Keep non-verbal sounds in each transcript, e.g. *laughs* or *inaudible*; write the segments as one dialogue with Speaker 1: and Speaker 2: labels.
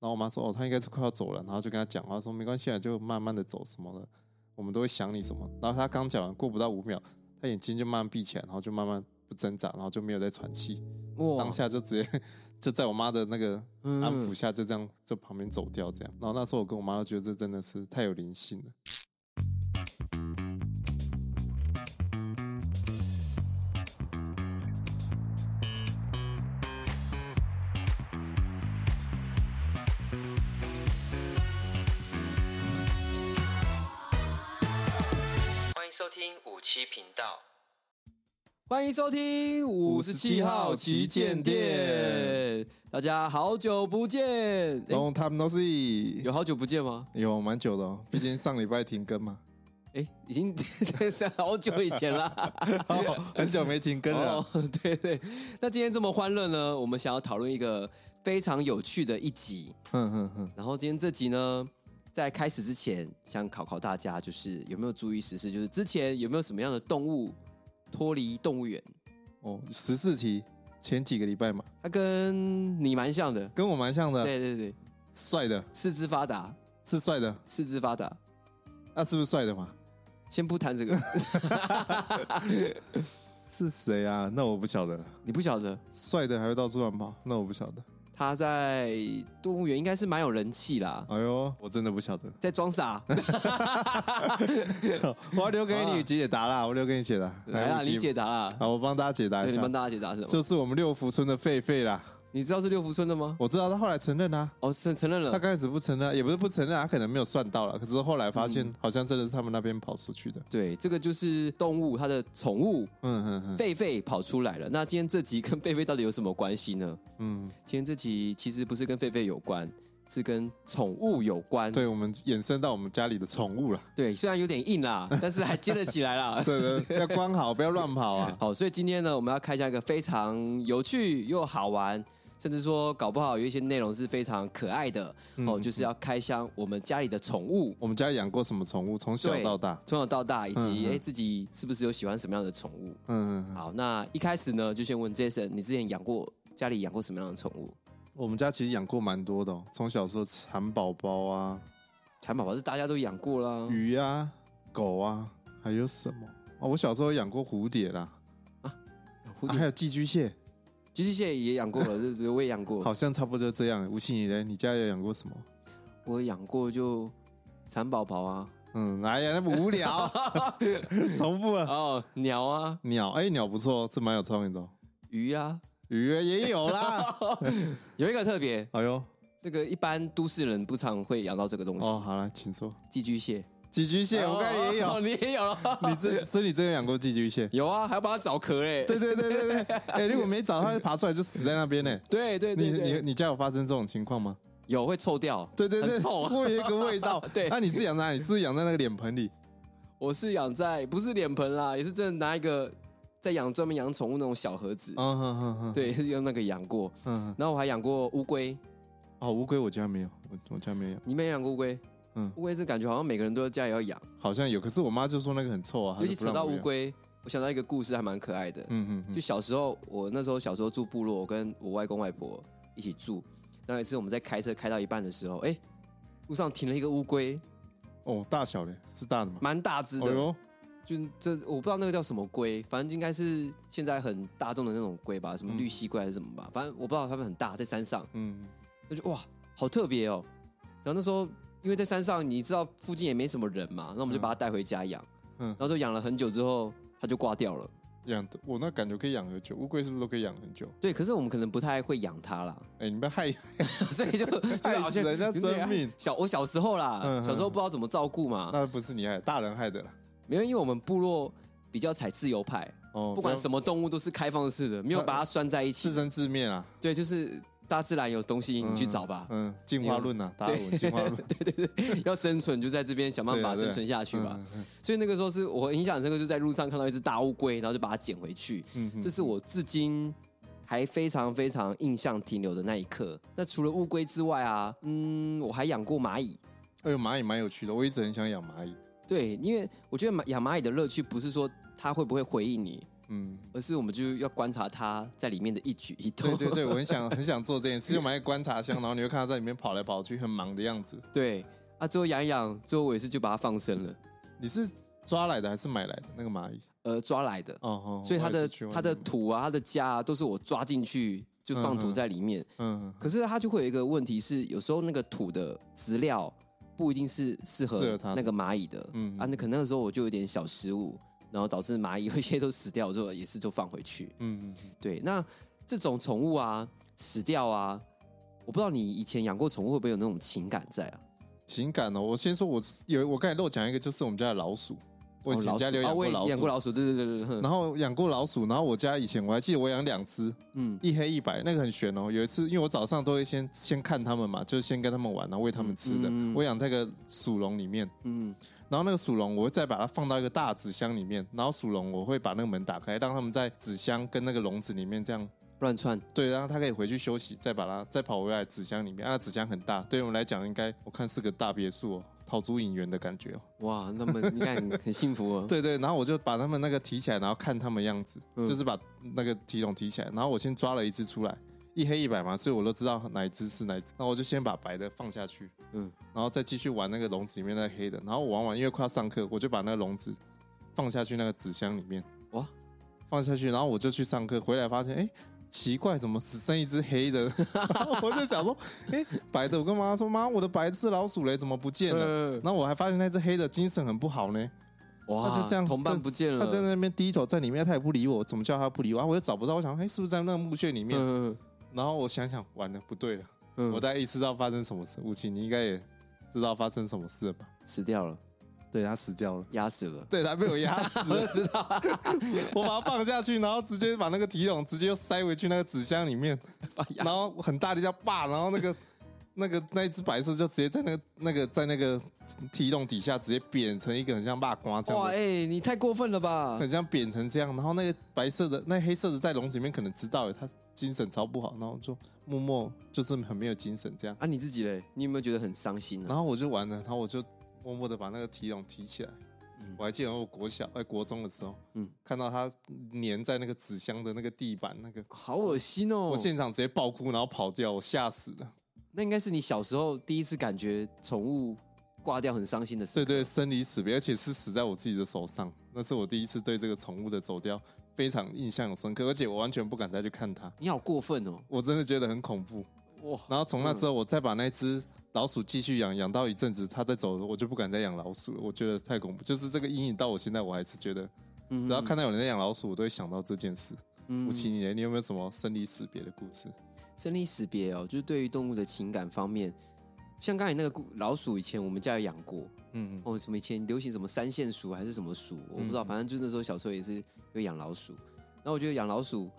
Speaker 1: 然后我妈说哦，她应该是快要走了，然后就跟她讲话说没关系啊，就慢慢的走什么的，我们都会想你什么。然后她刚讲完，过不到五秒，她眼睛就慢慢闭起来，然后就慢慢不挣扎，然后就没有再喘气，
Speaker 2: 哇
Speaker 1: 当下就直接就在我妈的那个
Speaker 2: 嗯
Speaker 1: 安抚下，就这样就旁边走掉这样。然后那时候我跟我妈都觉得这真的是太有灵性了。
Speaker 3: 欢迎收听五七频道。
Speaker 2: 欢迎收听五十七号旗舰店，大家好久不见。诶
Speaker 1: 然后他们都是有
Speaker 2: 有好久不见吗？
Speaker 1: 有蛮久的、哦，毕竟上礼拜停更
Speaker 2: *laughs*
Speaker 1: 嘛，
Speaker 2: 哎、已经 *laughs* 是好久以前啦。
Speaker 1: 哦很久没停更了。
Speaker 2: 哦， *laughs* 对对。那今天这么欢乐呢，我们想要讨论一个非常有趣的一集。
Speaker 1: 哼哼哼，
Speaker 2: 然后今天这集呢，在开始之前，想考考大家，就是有没有注意时事？就是之前有没有什么样的动物脱离动物园？
Speaker 1: 哦，十四题前几个礼拜嘛，
Speaker 2: 它跟你蛮像的。
Speaker 1: 跟我蛮像的，
Speaker 2: 对对对，
Speaker 1: 帅的
Speaker 2: 四肢发达，
Speaker 1: 是帅的，
Speaker 2: 四肢发达。
Speaker 1: 那、是不是帅的嘛？
Speaker 2: 先不谈这个， *laughs*
Speaker 1: 是谁啊？那我不晓得，
Speaker 2: 你不晓得
Speaker 1: 帅的还会到处乱跑，那我不晓得。
Speaker 2: 他在动物园应该是蛮有人气啦，
Speaker 1: 哎呦，我真的不晓
Speaker 2: *laughs*
Speaker 1: 得，
Speaker 2: 在
Speaker 1: *laughs*
Speaker 2: 装傻。
Speaker 1: 我要留给
Speaker 2: 好啊
Speaker 1: 你解答啦，我留给你解答，
Speaker 2: 来啦，
Speaker 1: 不及
Speaker 2: 你解答啦。
Speaker 1: 好，我帮大家解答
Speaker 2: 对，
Speaker 1: 一
Speaker 2: 你
Speaker 1: 下
Speaker 2: 帮，大家解答是什么？
Speaker 1: 就是我们六福村的狒狒啦。
Speaker 2: 你知道是六福村的吗？
Speaker 1: 我知道他后来承认啦、啊
Speaker 2: 哦，承承认
Speaker 1: 他
Speaker 2: 了。
Speaker 1: 刚开始不承认啊，也不是不承认啊，他可能没有算到了，可是后来发
Speaker 2: 嗯
Speaker 1: 现好像真的是他们那边跑出去的。
Speaker 2: 对，这个就是动物，它的宠物
Speaker 1: 嗯嗯嗯
Speaker 2: *laughs* 狒狒跑出来了。那今天这集跟狒狒到底有什么关系呢？
Speaker 1: 嗯，
Speaker 2: 今天这集其实不是跟狒狒有关，是跟宠物有关。
Speaker 1: 对，我们衍生到我们家里的宠物啦。
Speaker 2: 对，虽然有点硬啦，但是还接得起来啦。
Speaker 1: 对对，要关好，不要乱跑啊。
Speaker 2: 好，所以今天呢，我们要开箱一个非常有趣又好玩，甚至说搞不好有一些内容是非常可爱的、
Speaker 1: 嗯
Speaker 2: 哦，就是要开箱我们家里的宠物，
Speaker 1: 我们家养过什么宠物？从小
Speaker 2: 对
Speaker 1: 到大。
Speaker 2: 从小到大，以及哎
Speaker 1: 嗯、嗯
Speaker 2: 诶自己是不是有喜欢什么样的宠物？
Speaker 1: 嗯，嗯嗯
Speaker 2: 好，那一开始呢，就先问 Jason，你之前养过家里养过什么样的宠物？
Speaker 1: 我们家其实养过蛮多的、哦，从小说蚕宝宝啊、
Speaker 2: 蚕宝宝是大家都养过啦，
Speaker 1: 鱼啊、狗啊，还有什么？哦，我小时候养过蝴蝶啦，
Speaker 2: 蝴
Speaker 1: 啊还
Speaker 2: 蝶、
Speaker 1: 有寄居蟹，
Speaker 2: 寄居蟹也养过
Speaker 1: *laughs*
Speaker 2: 了，这这我也养过，
Speaker 1: 好像差不多这样。吴奇，你呢？你家有养过什么？
Speaker 2: 我养过就蚕宝宝啊，
Speaker 1: 嗯，哎呀，那么无
Speaker 2: *laughs*
Speaker 1: 聊，重复了。
Speaker 2: 哦，鸟啊，
Speaker 1: 鸟，哎、鸟不错，是蛮有创意的、哦。
Speaker 2: 鱼啊，
Speaker 1: 鱼也有
Speaker 2: *laughs*
Speaker 1: 啦。
Speaker 2: 有一个特别，
Speaker 1: 哎呦，
Speaker 2: 这个一般都市人不常会养到这个东西，
Speaker 1: 哦，好了，请说。
Speaker 2: 寄居蟹。
Speaker 1: 寄居蟹，我刚才也
Speaker 2: 哦 *laughs*
Speaker 1: 有。
Speaker 2: 你也有了，
Speaker 1: 你真，所以你真的养过寄居
Speaker 2: *laughs*
Speaker 1: 蟹？
Speaker 2: 有啊，还要帮它找壳嘞。
Speaker 1: 对对对对对。 *laughs* 哎、如果没找它，爬出来就死在那边呢、
Speaker 2: *laughs* 对对
Speaker 1: 你
Speaker 2: 对
Speaker 1: 你
Speaker 2: 对，
Speaker 1: 你家有发生这种情况吗？
Speaker 2: 有会臭掉。
Speaker 1: 对对对，
Speaker 2: 很臭啊。
Speaker 1: 会有一个味道
Speaker 2: *laughs* 对
Speaker 1: 那、你是养哪里？是不是养在那个脸盆里？
Speaker 2: 我是养在不是脸盆啦，也是真的拿一个在养专门养宠物那种小盒子，
Speaker 1: 嗯哼哼哼，
Speaker 2: 对，是 *laughs* 用那个养过。
Speaker 1: 嗯，嗯
Speaker 2: 然后我还养过乌龟，
Speaker 1: 哦，乌龟我家没有，我我家没有，
Speaker 2: 你没养过乌龟？
Speaker 1: 嗯
Speaker 2: 乌龟这感觉好像每个人都家里要养，
Speaker 1: 好像有，可是我妈就说那个很臭啊，
Speaker 2: 尤其扯到乌
Speaker 1: 龟，
Speaker 2: 龟，我想到一个故事还蛮可爱的。
Speaker 1: 嗯嗯
Speaker 2: 就小时候，我那时候小时候住部落，我跟我外公外婆一起住。那有一次我们在开车开到一半的时候，哎、路上停了一个乌龟，
Speaker 1: 嗯，哦，大小嘞是大的吗？
Speaker 2: 蛮大只
Speaker 1: 哦
Speaker 2: 的，
Speaker 1: 哟，
Speaker 2: 就这我不知道那个叫什么龟，反正应该是现在很大众的那种龟吧，什么
Speaker 1: 嗯
Speaker 2: 绿蜥龟还是什么吧，反正我不知道它们很大，在山上，
Speaker 1: 嗯，
Speaker 2: 那就哇，好特别哦。然后那时候因为在山上，你知道附近也没什么人嘛，那我们就把它带回家养，
Speaker 1: 嗯
Speaker 2: 然后就养了很久之后，它就挂掉了。
Speaker 1: 养我那感觉可以养很久，乌龟是不是都可以养很久？
Speaker 2: 对，可是我们可能不太会养它啦，
Speaker 1: 哎、你们害
Speaker 2: 啊 *laughs* 所
Speaker 1: *laughs*
Speaker 2: 以就就
Speaker 1: 害
Speaker 2: 好
Speaker 1: 死
Speaker 2: 像
Speaker 1: 人家生命，
Speaker 2: 小我小时候啦，
Speaker 1: 嗯嗯嗯
Speaker 2: 小时候不知道怎么照顾嘛，
Speaker 1: 那不是你害的，大人害的啦。
Speaker 2: 没有，因为我们部落比较采自由派，
Speaker 1: 哦，
Speaker 2: 不管
Speaker 1: 要
Speaker 2: 什么动物都是开放式的，没有把它拴在一起
Speaker 1: 自。生自灭啦，
Speaker 2: 对，就是大自然有东西你去找吧，
Speaker 1: 嗯，进化论啊，达尔文进化论，
Speaker 2: 要生存就在这边想办法
Speaker 1: 嗯对啊对啊
Speaker 2: 生存 *laughs* 下去吧。
Speaker 1: 嗯嗯
Speaker 2: 所以那个时候是我印象很深刻，就在路上看到一只大乌龟，然后就把它捡回去，
Speaker 1: 嗯嗯
Speaker 2: 这是我至今。还非常非常印象停留的那一刻。那除了乌龟之外啊，嗯，我还养过蚂蚁，
Speaker 1: 哎呦，蚂蚁蛮有趣的，我一直很想养蚂蚁。
Speaker 2: 对，因为我觉得蚂养蚂蚁的乐趣不是说它会不会回应你，
Speaker 1: 嗯，
Speaker 2: 而是我们就要观察它在里面的一举一动。
Speaker 1: 对对对，我很想很想做这件事，就买一个观察箱，然后你会看它在里面跑来跑去，很忙的样子。
Speaker 2: *laughs* 对啊，最后养一养，最后我也是就把它放生了，
Speaker 1: 你是抓来的还是买来的那个蚂蚁？
Speaker 2: 呃，抓来的。
Speaker 1: 哦哦，
Speaker 2: 所以它
Speaker 1: 我也
Speaker 2: 的
Speaker 1: 是去外面嗯
Speaker 2: 它的
Speaker 1: 买，
Speaker 2: 土啊，它的家啊，都是我抓进去就放土在里面。
Speaker 1: 嗯，
Speaker 2: 可是它就会有一个问题是，有时候那个土的资料不一定是
Speaker 1: 适
Speaker 2: 适合
Speaker 1: 合它的
Speaker 2: 那个蚂蚁的，
Speaker 1: 嗯
Speaker 2: 啊，那可能那时候我就有点小失误，然后导致蚂蚁 *laughs* 有一些都死掉之后，也是就放回去。
Speaker 1: 嗯，嗯
Speaker 2: 对，那这种宠物啊，死掉啊，我不知道你以前养过宠物会不会有那种情感在啊？
Speaker 1: 情感哦，我先说我有，我刚才漏讲一个，就是我们家的老鼠，我以
Speaker 2: 哦老
Speaker 1: 前家
Speaker 2: 鼠
Speaker 1: 里有
Speaker 2: 啊
Speaker 1: 养
Speaker 2: 我
Speaker 1: 过
Speaker 2: 也
Speaker 1: 老
Speaker 2: 养过
Speaker 1: 鼠，
Speaker 2: 老鼠，对对对对，对
Speaker 1: 然后养过老鼠，然后我家以前我还记得我养两只，
Speaker 2: 嗯，
Speaker 1: 一黑一白，那个很悬哦。有一次，因为我早上都会先先看它们嘛，就是先跟它们玩，然后喂它们吃的。
Speaker 2: 嗯嗯
Speaker 1: 我养在一个鼠笼里面，
Speaker 2: 嗯，
Speaker 1: 然后那个鼠笼我会再把它放到一个大纸箱里面，然后鼠笼我会把那个门打开，让它们在纸箱跟那个笼子里面这样，
Speaker 2: 乱窜，
Speaker 1: 对，然后它可以回去休息，再把它再跑回来纸箱里面。啊，那纸箱很大，对于我们来讲，应该我看是个大别墅哦。逃出影园的感觉哦，
Speaker 2: 哇，那么你看很幸福哦。
Speaker 1: 对对，然后我就把它们那个提起来，然后看它们样子，
Speaker 2: 嗯
Speaker 1: 就是把那个提笼提起来，然后我先抓了一只出来，一黑一白嘛，所以我都知道哪一只是哪一只，那我就先把白的放下去，
Speaker 2: 嗯，
Speaker 1: 然后再继续玩那个笼子里面那个黑的，然后我玩完，因为快要上课，我就把那个笼子放下去那个纸箱里面，
Speaker 2: 哇，
Speaker 1: 放下去，然后我就去上课，回来发现，哎。奇怪，怎么只剩一只黑的？ *laughs* 然后我就想说，哎、白的，我跟妈妈说，妈，我的白痴老鼠嘞，怎么不见了？
Speaker 2: 嗯
Speaker 1: 然后我还发现那只黑的精神很不好呢。
Speaker 2: 哇，
Speaker 1: 他就这样
Speaker 2: 同伴
Speaker 1: 真
Speaker 2: 不见了，
Speaker 1: 他在那边低头在里面，他也不理我，怎么叫他不理我？啊、我又找不到，我想，哎、是不是在那个墓穴里面？
Speaker 2: 嗯
Speaker 1: 然后我想想，完了，不对了，
Speaker 2: 嗯
Speaker 1: 我大概意识到发生什么事。吴奇，你应该也知道发生什么事了吧？
Speaker 2: 死掉了，
Speaker 1: 对他死掉了，
Speaker 2: 压死了。
Speaker 1: 对他被我压死了，知 *laughs* 道？我把他放下去，然后直接把那个提笼直接又塞回去那个纸箱里 *laughs* 面，然后很大力叫爸，然后那个。那个那一只白色就直接在那个那个在那个提笼底下直接扁成一个很像蜡瓜这样
Speaker 2: 哇，
Speaker 1: 的
Speaker 2: 哎、你太过分了吧！
Speaker 1: 很像扁成这样，然后那个白色的、那黑色的在笼子里面可能知道他精神超不好，然后就默默就是很没有精神这样，
Speaker 2: 啊，你自己嘞，你有没有觉得很伤心啊呢、
Speaker 1: 然后我就完了，然后我就默默的把那个提笼提起来。
Speaker 2: 嗯
Speaker 1: 我还记得我国小哎、国中的时候，
Speaker 2: 嗯
Speaker 1: 嗯，看到它粘在那个纸箱的那个地板，那个
Speaker 2: 好恶心哦！
Speaker 1: 我现场直接爆哭，然后跑掉，我吓死了。
Speaker 2: 那应该是你小时候第一次感觉宠物挂掉很伤心的事。
Speaker 1: 对对，生离死别，而且是死在我自己的手上，那是我第一次对这个宠物的走掉非常印象深刻，而且我完全不敢再去看它，
Speaker 2: 你好过分哦！
Speaker 1: 我真的觉得很恐怖。
Speaker 2: 哇，
Speaker 1: 然后从那之后，我再把那只老鼠继续养，养到一阵子，它再走，我就不敢再养老鼠了。我觉得太恐怖，就是这个阴影到我现在，我还是觉得，
Speaker 2: 嗯
Speaker 1: 只要看到有人在养老鼠，我都会想到这件事。
Speaker 2: 嗯
Speaker 1: 吴奇，你呢你有没有什么生离死别的故事？
Speaker 2: 生离死别哦，就是对于动物的情感方面，像刚才那个故老鼠，以前我们家有养过
Speaker 1: 嗯，
Speaker 2: 哦，什么以前流行什么三线鼠还是什么鼠，我不知道，
Speaker 1: 嗯
Speaker 2: 反正就是那时候小时候也是有养老鼠。然后我觉得养老鼠，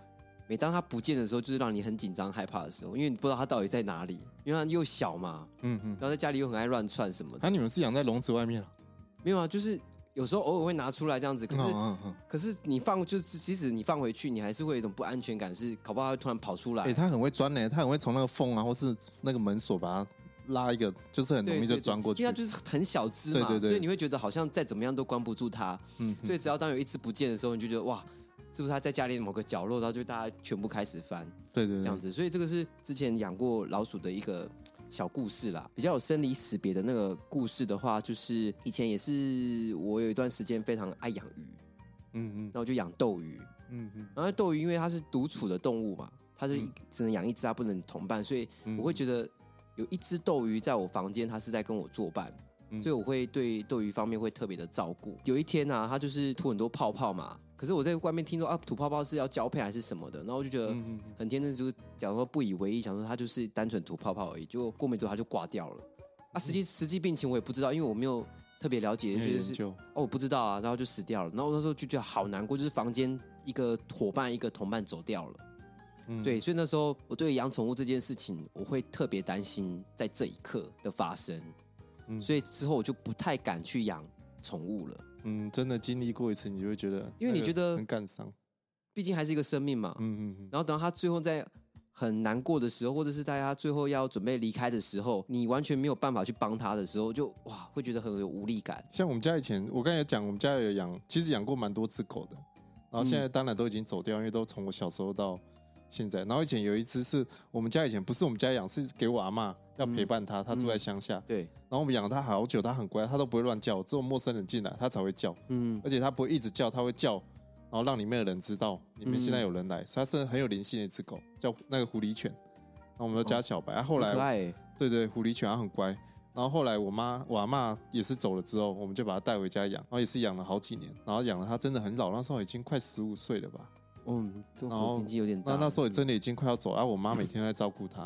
Speaker 2: 每当它不见的时候，就是让你很紧张害怕的时候，因为你不知道它到底在哪里，因为它又小嘛，
Speaker 1: 嗯嗯。啊
Speaker 2: 然后在家里又很爱乱窜什么的。
Speaker 1: 那、你们是养在笼子外面了？
Speaker 2: 没有啊，就是有时候偶尔会拿出来这样子，可是、
Speaker 1: 嗯嗯。
Speaker 2: 可是你放就是即使你放回去，你还是会有一种不安全感，是搞不好它会突然跑出来。
Speaker 1: 哎、它很会钻呢、它很会从那个缝啊，或是那个门锁把它拉一个，就是很
Speaker 2: 对
Speaker 1: 容易
Speaker 2: 对
Speaker 1: 就
Speaker 2: 对
Speaker 1: 钻过去。
Speaker 2: 因为它就是很小只嘛，
Speaker 1: 对对对
Speaker 2: 所以你会觉得好像再怎么样都关不住它。
Speaker 1: 嗯
Speaker 2: 所以只要当有一只不见的时候，你就觉得哇，是不是它在家里某个角落，然后就大家全部开始翻
Speaker 1: 对对
Speaker 2: 这
Speaker 1: 对，
Speaker 2: 样子。所以这个是之前养过老鼠的一个小故事啦。比较有生离死别的那个故事的话，就是以前也是我有一段时间非常爱养鱼，
Speaker 1: 嗯嗯
Speaker 2: 那我就养斗鱼。
Speaker 1: 嗯嗯，
Speaker 2: 然后斗鱼因为它是独处的动物嘛，它是一只能养一只，它不能同伴，所以
Speaker 1: 嗯
Speaker 2: 我会觉得有一只斗鱼在我房间，它是在跟我作伴，
Speaker 1: 嗯
Speaker 2: 所以我会对斗鱼方面会特别的照顾。有一天啊，它就是吐很多泡泡嘛，可是我在外面听说啊，吐泡泡是要交配还是什么的，然后我就觉得
Speaker 1: 嗯嗯嗯
Speaker 2: 很天真，就是讲说不以为意，想说它就是单纯吐泡泡而已，结果过没多久它就挂掉了。啊，实际实际病情我也不知道，因为我没有特别了
Speaker 1: 嗯
Speaker 2: 解，
Speaker 1: 没有
Speaker 2: 就
Speaker 1: 研
Speaker 2: 是
Speaker 1: 究，
Speaker 2: 哦，我不知道啊，然后就死掉了。然后我那时候就觉得好难过，就是房间一个伙伴一个同伴走掉了。
Speaker 1: 嗯
Speaker 2: 对，所以那时候我对养宠物这件事情，我会特别担心在这一刻的发生，
Speaker 1: 嗯
Speaker 2: 所以之后我就不太敢去养宠物了，
Speaker 1: 嗯，真的经历过一次，你就会觉得，
Speaker 2: 因为你觉得
Speaker 1: 很感伤。
Speaker 2: 毕竟还是一个生命嘛。
Speaker 1: 嗯嗯嗯。
Speaker 2: 然后等到它最后在很难过的时候，或者是大家最后要准备离开的时候，你完全没有办法去帮它的时候，就哇，会觉得很有无力感。
Speaker 1: 像我们家以前，我刚才有讲，我们家有养，其实养过蛮多只狗的。然后现在当然都已经走掉，因为都从我小时候到现在。然后以前有一只是我们家以前不是我们家养，是给我阿妈要陪伴她，她住在乡下。
Speaker 2: 对，
Speaker 1: 然后我们养了它好久，它很乖，它都不会乱叫，只有陌生人进来它才会叫，
Speaker 2: 嗯，
Speaker 1: 而且它不会一直叫，它会叫，然后让里面的人知道里面现在有人来。所以它是很有灵性的一只狗，叫那个狐狸犬。然后我们都叫它小白。啊、后
Speaker 2: 很可
Speaker 1: 来
Speaker 2: 爱欸，
Speaker 1: 对对，狐狸犬它啊很乖。然后后来我妈我阿妈也是走了之后，我们就把它带回家养，然后也是养了好几年，然后养了它真的很老，那时候已经快十五岁了吧。
Speaker 2: 嗯，这
Speaker 1: 然
Speaker 2: 种
Speaker 1: 后
Speaker 2: 年纪有点
Speaker 1: 那
Speaker 2: 大了。
Speaker 1: 那时候也
Speaker 2: 嗯
Speaker 1: 真的已经快要走，然、啊、后我妈每天在照顾
Speaker 2: *coughs*
Speaker 1: 她，